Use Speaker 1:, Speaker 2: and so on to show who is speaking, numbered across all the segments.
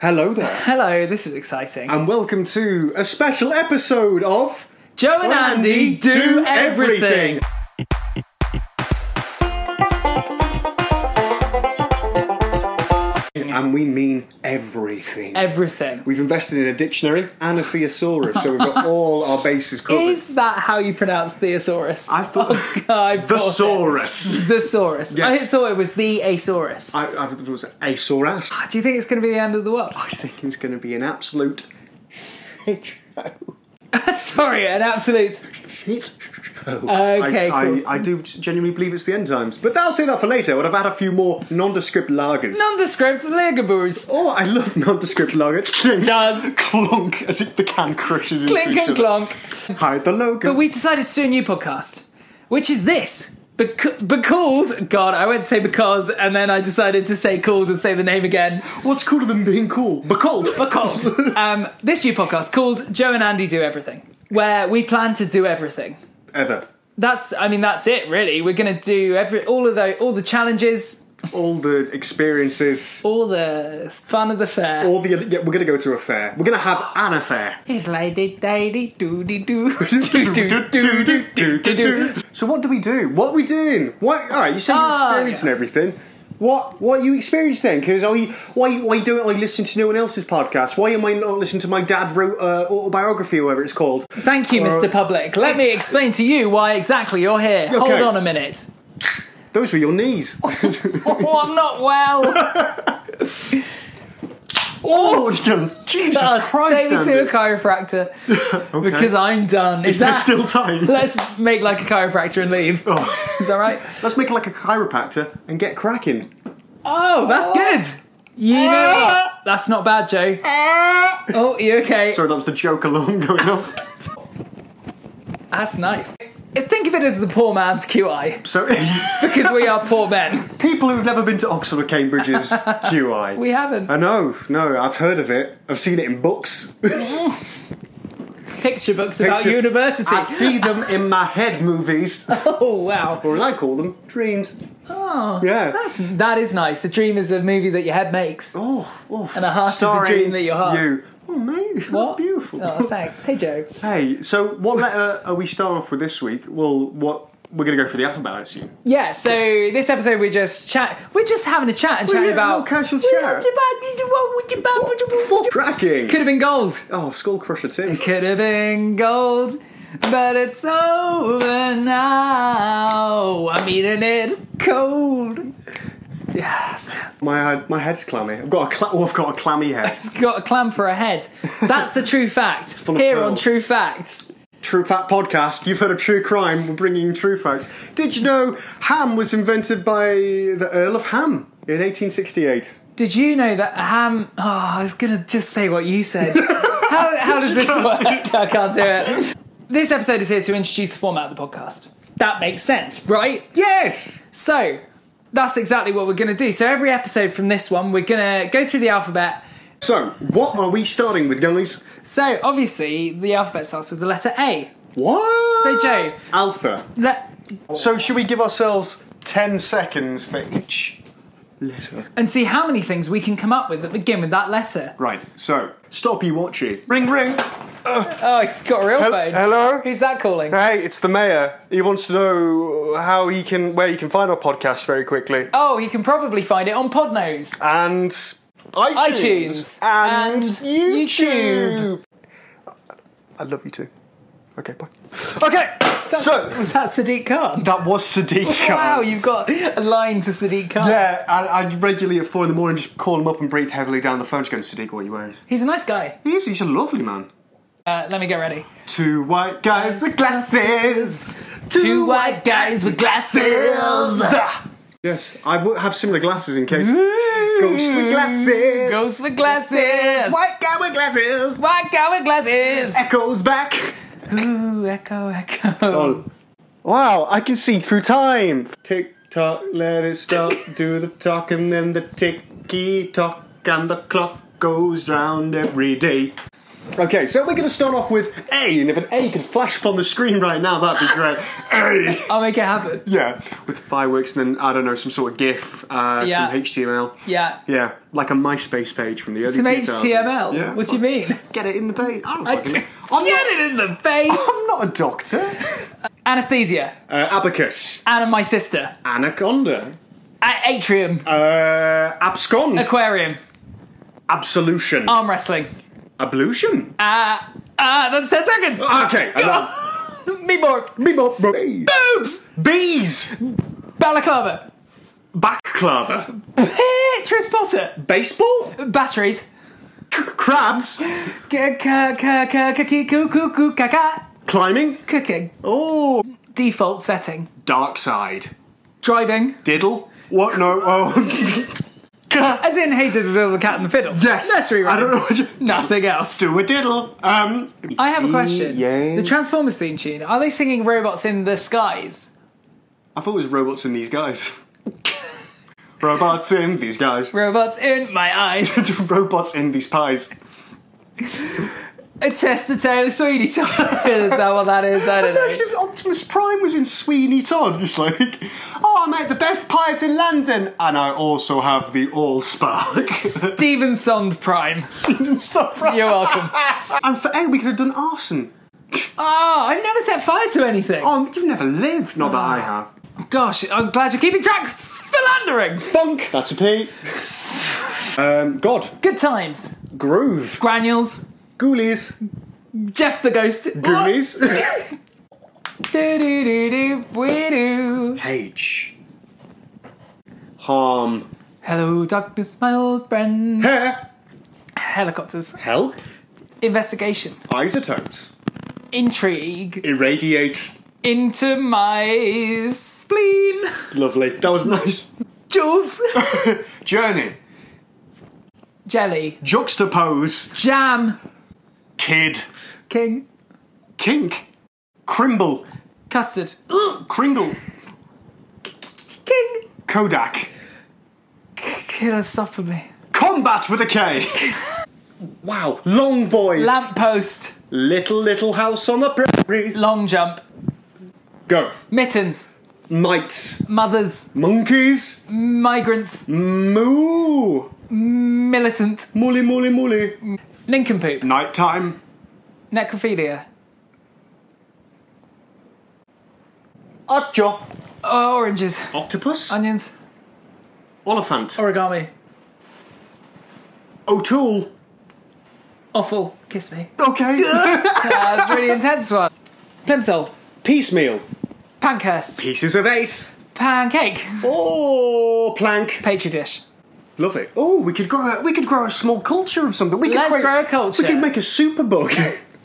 Speaker 1: Hello there,
Speaker 2: Hello, this is exciting.
Speaker 1: and welcome to a special episode of
Speaker 2: Joe and Andy do, everything.
Speaker 1: And we mean everything.
Speaker 2: Everything.
Speaker 1: We've invested in a dictionary and a thesaurus, so we've got all our bases covered.
Speaker 2: Is that how you pronounce thesaurus?
Speaker 1: I thought
Speaker 2: Oh, God, I bought
Speaker 1: thesaurus.
Speaker 2: it. Thesaurus.
Speaker 1: Yes.
Speaker 2: I thought it was the Asaurus.
Speaker 1: I, I thought it was a saurus. I
Speaker 2: Do you think it's going to be the end of the world?
Speaker 1: think it's going to be an absolute shit show.
Speaker 2: Sorry, an absolute.
Speaker 1: Shit show.
Speaker 2: Okay,
Speaker 1: Oh, I,
Speaker 2: cool.
Speaker 1: I, I do genuinely believe it's the end times, but I'll say that for later. When I've had a few more nondescript lagers.
Speaker 2: Nondescript Ligaboos.
Speaker 1: Oh, I love nondescript lager.
Speaker 2: Does.
Speaker 1: clunk as if the can crushes into
Speaker 2: Clink
Speaker 1: each
Speaker 2: and
Speaker 1: other.
Speaker 2: clonk.
Speaker 1: Hide the logo.
Speaker 2: But we decided to do a new podcast, which is this. Bec- called. God, I went to say because, and then I decided to say called and say the name again.
Speaker 1: What's cooler than being cool? Bacalled.
Speaker 2: called um, this new podcast called Joe and Andy Do Everything, where we plan to do everything.
Speaker 1: Ever.
Speaker 2: That's, I mean, that's it really. We're going to do every all of the all the challenges,
Speaker 1: All the experiences.
Speaker 2: all the fun of the fair.
Speaker 1: All the. Yeah, we're gonna go to a fair. We're gonna have an affair. so what do we do? What are we doing? What? All right, you say you're
Speaker 2: Ah,
Speaker 1: experiencing
Speaker 2: yeah.
Speaker 1: everything. What? What are you experiencing? Because are you? Why? Why are you doing? Are you listening to no one else's podcast? Why am I not listening to my dad wrote uh, autobiography or whatever it's called?
Speaker 2: Thank you, Mr. Public. Let me explain to you why exactly you're here. Hold on a minute.
Speaker 1: Those were your knees.
Speaker 2: Oh, I'm not well.
Speaker 1: Oh, Jesus Christ!
Speaker 2: Take me to a
Speaker 1: Andy.
Speaker 2: chiropractor
Speaker 1: Okay.
Speaker 2: because I'm done. Is,
Speaker 1: Is
Speaker 2: that
Speaker 1: there still time?
Speaker 2: Let's make like a chiropractor and leave.
Speaker 1: Oh.
Speaker 2: Is that right?
Speaker 1: Let's make like a chiropractor and get cracking.
Speaker 2: Oh, that's good. You know
Speaker 1: Oh.
Speaker 2: what? That's not bad, Joe. Oh, you okay?
Speaker 1: Sorry, that was the joke alarm going off.
Speaker 2: That's nice. Think of it as the poor man's QI
Speaker 1: So,
Speaker 2: because we are poor men.
Speaker 1: people who've never been to Oxford or Cambridge's QI.
Speaker 2: We haven't.
Speaker 1: I know, no, I've heard of it. I've seen it in books.
Speaker 2: Picture books about
Speaker 1: Picture-
Speaker 2: university.
Speaker 1: I see them in my head movies,
Speaker 2: Oh wow.
Speaker 1: or as I call them, dreams. Oh, yeah.
Speaker 2: That's that is nice. A dream is a movie that your head makes.
Speaker 1: oh, oh,
Speaker 2: And a heart is a
Speaker 1: sorry,
Speaker 2: dream that your heart-
Speaker 1: You. Oh, mate,
Speaker 2: What?
Speaker 1: that's beautiful.
Speaker 2: Oh, thanks. Hey Joe.
Speaker 1: Hey, so what letter are we starting off with this week? Well, what we're going to go for the alphabet, I assume.
Speaker 2: Yeah, so this episode we're just chat we're just having a chat and
Speaker 1: Well,
Speaker 2: chatting
Speaker 1: yeah,
Speaker 2: about
Speaker 1: little casual chat.
Speaker 2: Could
Speaker 1: Cracking!
Speaker 2: have been gold.
Speaker 1: Oh, Skull Crusher Tim.
Speaker 2: Could have been gold, but it's over now. I'm eating it cold. Yes.
Speaker 1: My head, my head's clammy. I've got a cla- oh, I've got a clammy head.
Speaker 2: It's got a clam for a head. That's the true fact.
Speaker 1: full of
Speaker 2: Here on
Speaker 1: pearls.
Speaker 2: True Facts.
Speaker 1: True Fact podcast. You've heard of true crime. We're bringing true facts. Did you know ham was invented by the Earl of Ham in 1868?
Speaker 2: Did you know that a ham. Oh, I was going to just say what you said. how, how does this work? I can't do it. This episode is here to introduce the format of the podcast. That makes sense, right?
Speaker 1: Yes.
Speaker 2: So that's exactly what we're going to do. So every episode from this one, we're going to go through the alphabet.
Speaker 1: So, what are we starting with, guys?
Speaker 2: So obviously, the alphabet starts with the letter A.
Speaker 1: What?
Speaker 2: So, Joe.
Speaker 1: Alpha.
Speaker 2: Le-
Speaker 1: So, should we give ourselves 10 seconds for each letter?
Speaker 2: and see how many things we can come up with that begin with that letter.
Speaker 1: Right. So, stop you watching. Ring, ring.
Speaker 2: Oh, he's got a real
Speaker 1: Hel-
Speaker 2: phone.
Speaker 1: hello?
Speaker 2: Who's that calling?
Speaker 1: Hey, it's the mayor. He wants to know how he can, where you can find our podcast very quickly.
Speaker 2: Oh, he can probably find it on Podnose.
Speaker 1: and iTunes,
Speaker 2: iTunes and YouTube.
Speaker 1: I love you too. Okay, bye. Okay, so
Speaker 2: Was that Sadiq Khan?
Speaker 1: that was Sadiq.
Speaker 2: Wow,
Speaker 1: Khan.
Speaker 2: you've got a line to Sadiq Khan.
Speaker 1: Yeah, I, I regularly at four in the morning just call him up and breathe heavily down the phone to go, Sadiq, what are you wearing?
Speaker 2: He's a nice guy.
Speaker 1: He's, he's a lovely man.
Speaker 2: Uh, let me get ready.
Speaker 1: Two white guys with glasses. Two
Speaker 2: white guys with
Speaker 1: Yes, I would have similar glasses in case.
Speaker 2: Mm.
Speaker 1: Ghost with glasses.
Speaker 2: Ghost with glasses.
Speaker 1: White Eh. guy with glasses.
Speaker 2: White guy with glasses.
Speaker 1: Echoes back.
Speaker 2: Ooh, echo, echo.
Speaker 1: Wow, I can see through time. Tick tock, let it stop. do the talk and then the ticky tock, and the clock goes round every day. Okay, so we're going to start off with A, and if an A could flash upon the screen right now, that'd be great. A!
Speaker 2: I'll make it happen.
Speaker 1: Yeah, with fireworks and then, I don't know, some sort of GIF, uh,
Speaker 2: Yeah.
Speaker 1: some HTML.
Speaker 2: Yeah.
Speaker 1: Yeah, like a MySpace page from the early
Speaker 2: Some
Speaker 1: 2000s.
Speaker 2: HTML.
Speaker 1: Yeah,
Speaker 2: what do you
Speaker 1: fuck.
Speaker 2: mean?
Speaker 1: Get it in the base. I don't
Speaker 2: I
Speaker 1: fucking
Speaker 2: d-
Speaker 1: know. I'm
Speaker 2: Get
Speaker 1: not-
Speaker 2: it in the face.
Speaker 1: I'm not a doctor.
Speaker 2: Anesthesia.
Speaker 1: Uh, abacus.
Speaker 2: Anna, my sister.
Speaker 1: Anaconda.
Speaker 2: A- atrium.
Speaker 1: Uh, abscond.
Speaker 2: Aquarium.
Speaker 1: Absolution.
Speaker 2: Arm wrestling.
Speaker 1: Ablution.
Speaker 2: Ah, ah, that's ten seconds.
Speaker 1: Oh, okay. enough.
Speaker 2: Me more.
Speaker 1: Bebop, bro- Bees.
Speaker 2: Boobs.
Speaker 1: Bees.
Speaker 2: Balaclava.
Speaker 1: Backclava.
Speaker 2: Beatrice Potter.
Speaker 1: Baseball.
Speaker 2: Batteries.
Speaker 1: C- crabs.
Speaker 2: K- k- k- k- k- ki- ku- ku- ku- ka- ka.
Speaker 1: Climbing.
Speaker 2: Cooking.
Speaker 1: Oh.
Speaker 2: Default setting.
Speaker 1: Dark side.
Speaker 2: Driving.
Speaker 1: Diddle. What? No. Oh.
Speaker 2: As in, hey, did the cat and the fiddle.
Speaker 1: yes.
Speaker 2: Nursery
Speaker 1: I don't
Speaker 2: rhymes.
Speaker 1: know what you
Speaker 2: Nothing else.
Speaker 1: do. A diddle. Um.
Speaker 2: I have a question.
Speaker 1: Yay.
Speaker 2: The Transformers theme tune. Are they singing robots in the skies?
Speaker 1: I thought it was robots in these guys. robots in these guys.
Speaker 2: Robots in my eyes.
Speaker 1: robots in these pies.
Speaker 2: A test the tail of Sweeney Todd. is that what that is? I don't know.
Speaker 1: Imagine if Optimus Prime was in Sweeney Todd. It's like, oh, I make the best pies in London, and I also have the allspice.
Speaker 2: Steven Sond Prime.
Speaker 1: Stop right.
Speaker 2: You're welcome.
Speaker 1: And for A, we could have done arson.
Speaker 2: Oh, I never set fire to anything.
Speaker 1: Oh, you've never lived. Not that I have.
Speaker 2: Gosh, I'm glad you're keeping track. Philandering.
Speaker 1: Funk. That's a P. um, God.
Speaker 2: Good times.
Speaker 1: Groove.
Speaker 2: Granules.
Speaker 1: Ghoulies.
Speaker 2: Jeff the Ghost.
Speaker 1: Ghoulies.
Speaker 2: Do do do do we do.
Speaker 1: H. Harm.
Speaker 2: Hello, darkness, my old friend.
Speaker 1: Hair.
Speaker 2: Helicopters.
Speaker 1: Help.
Speaker 2: Investigation.
Speaker 1: Isotopes.
Speaker 2: Intrigue.
Speaker 1: Irradiate.
Speaker 2: Into my spleen.
Speaker 1: Lovely. That was nice.
Speaker 2: Jules.
Speaker 1: Journey.
Speaker 2: Jelly.
Speaker 1: Juxtapose.
Speaker 2: Jam.
Speaker 1: Kid.
Speaker 2: King.
Speaker 1: Kink. Crimble.
Speaker 2: Custard.
Speaker 1: Kringle.
Speaker 2: King.
Speaker 1: Kodak.
Speaker 2: Killer suffer me.
Speaker 1: Combat with a K. wow. Long boys.
Speaker 2: Lamppost.
Speaker 1: little little house on the prairie.
Speaker 2: Long jump.
Speaker 1: Go.
Speaker 2: Mittens.
Speaker 1: Mites.
Speaker 2: Mothers.
Speaker 1: Monkeys.
Speaker 2: Migrants.
Speaker 1: Moo.
Speaker 2: Millicent.
Speaker 1: Mully mully mully.
Speaker 2: Nincompoop.
Speaker 1: Nighttime.
Speaker 2: Necrophilia.
Speaker 1: Ocho.
Speaker 2: Oh, Oranges.
Speaker 1: Octopus.
Speaker 2: Onions.
Speaker 1: Oliphant.
Speaker 2: Origami.
Speaker 1: O'Toole.
Speaker 2: Offal. Kiss me.
Speaker 1: Okay.
Speaker 2: That was a really intense one. Plimsoll.
Speaker 1: Piecemeal.
Speaker 2: Pankhurst.
Speaker 1: Pieces of eight.
Speaker 2: Pancake.
Speaker 1: Oh, plank.
Speaker 2: Petri dish.
Speaker 1: Lovely. Oh, we could grow. A, we could grow a small culture of something. We could
Speaker 2: Let's
Speaker 1: create-
Speaker 2: grow a culture.
Speaker 1: We could make a superbook.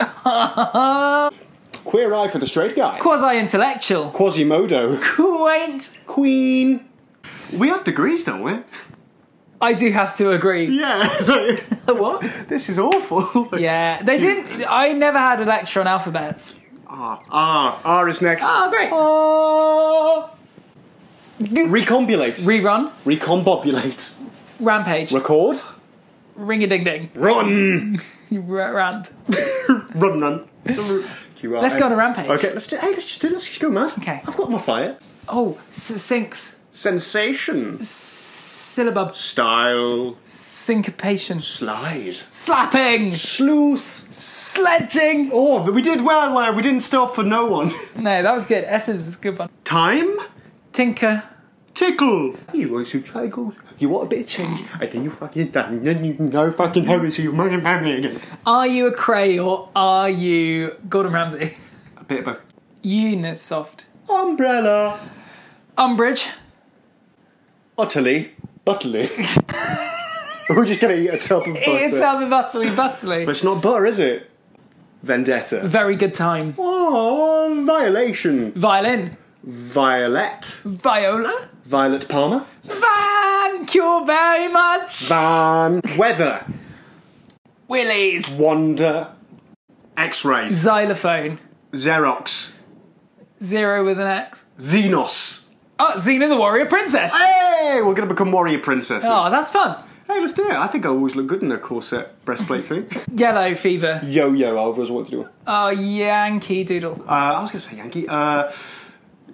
Speaker 1: Queer Eye for the Straight Guy.
Speaker 2: Quasi intellectual.
Speaker 1: Quasimodo.
Speaker 2: Quaint.
Speaker 1: Queen. We have degrees, don't we?
Speaker 2: I do have to agree.
Speaker 1: Yeah.
Speaker 2: what?
Speaker 1: this is awful.
Speaker 2: Yeah, they didn't. I never had a lecture on alphabets.
Speaker 1: R. R. Ah, R is next. Ah.
Speaker 2: Oh, great.
Speaker 1: R. Recombobulate.
Speaker 2: Rerun.
Speaker 1: Recombobulate.
Speaker 2: Rampage.
Speaker 1: Record.
Speaker 2: Ring a ding ding.
Speaker 1: Run.
Speaker 2: R- rant.
Speaker 1: Run, run.
Speaker 2: Let's go on a rampage.
Speaker 1: Okay, let's do. Hey, let's just do. Let's just go mad.
Speaker 2: Okay.
Speaker 1: I've got my fire.
Speaker 2: Oh, s- sinks.
Speaker 1: Sensation.
Speaker 2: Syllabub.
Speaker 1: Style.
Speaker 2: Syncopation.
Speaker 1: Slide.
Speaker 2: Slapping.
Speaker 1: Sluice.
Speaker 2: Sledging.
Speaker 1: Oh, but we did well there. We didn't stop for no one.
Speaker 2: No, that was good. S is a good one.
Speaker 1: Time.
Speaker 2: Tinker.
Speaker 1: Tickle. You want some triangles? You want a bit of change? And then you fucking done. Then you no fucking hurry, so you money money again.
Speaker 2: Are you a cray or are you Gordon Ramsay?
Speaker 1: A bit of
Speaker 2: Unisoft.
Speaker 1: a umbrella.
Speaker 2: Umbridge.
Speaker 1: Utterly. Butterly. We're just gonna eat a tub of butter.
Speaker 2: It's um, Butterly Butterly.
Speaker 1: But it's not butter, is it? Vendetta.
Speaker 2: Very good time.
Speaker 1: Oh, violation.
Speaker 2: Violin.
Speaker 1: Violet.
Speaker 2: Viola.
Speaker 1: Violet Palmer.
Speaker 2: Thank you very much.
Speaker 1: Van. Weather.
Speaker 2: Willies.
Speaker 1: Wonder. X-rays.
Speaker 2: Xylophone.
Speaker 1: Xerox.
Speaker 2: Zero with an X.
Speaker 1: Xenos.
Speaker 2: Oh, Xena the Warrior Princess.
Speaker 1: Hey, we're gonna become warrior princesses.
Speaker 2: Oh, that's fun.
Speaker 1: Okay, let's do it. I think I always look good in a corset breastplate thing.
Speaker 2: Yellow fever.
Speaker 1: Yo yo, I always want to do. Uh,
Speaker 2: Oh, Yankee Doodle.
Speaker 1: I was going to say Yankee. Uh,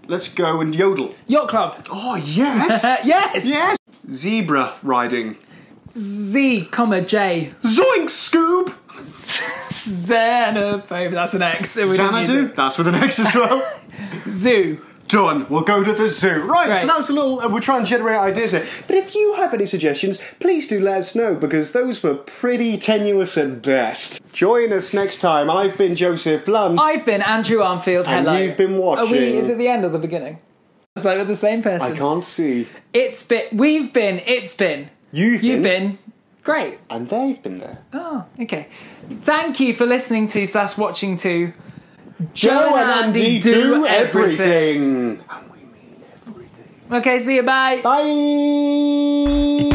Speaker 1: let's go and yodel.
Speaker 2: Yacht Club. Uh,
Speaker 1: Oh yes,
Speaker 2: yes.
Speaker 1: yes. Zebra riding.
Speaker 2: Z, comma J.
Speaker 1: Zoink, Scoob.
Speaker 2: Xenophobe. That's an X. so we don't use
Speaker 1: Xanadu. That's with an X as well.
Speaker 2: it. Zoo.
Speaker 1: Done. We'll go to the zoo. Right, so
Speaker 2: Right.
Speaker 1: that was a little. Uh, we're trying to generate ideas here. But if you have any suggestions, please do let us know because those were pretty tenuous at best. Join us next time. I've been Joseph Blunt.
Speaker 2: I've been Andrew Armfield.
Speaker 1: And
Speaker 2: Hello.
Speaker 1: you've been watching-
Speaker 2: Are we, is it the end or the beginning? It's like we're the same
Speaker 1: I
Speaker 2: person.
Speaker 1: can't see.
Speaker 2: It's been. We've been. It's been.
Speaker 1: You've,
Speaker 2: You've been. Great.
Speaker 1: And they've been there.
Speaker 2: Oh, okay. Thank you for listening to slash watching to
Speaker 1: Joe and Andy do everything.
Speaker 2: Okay, see you. Bye.
Speaker 1: Bye.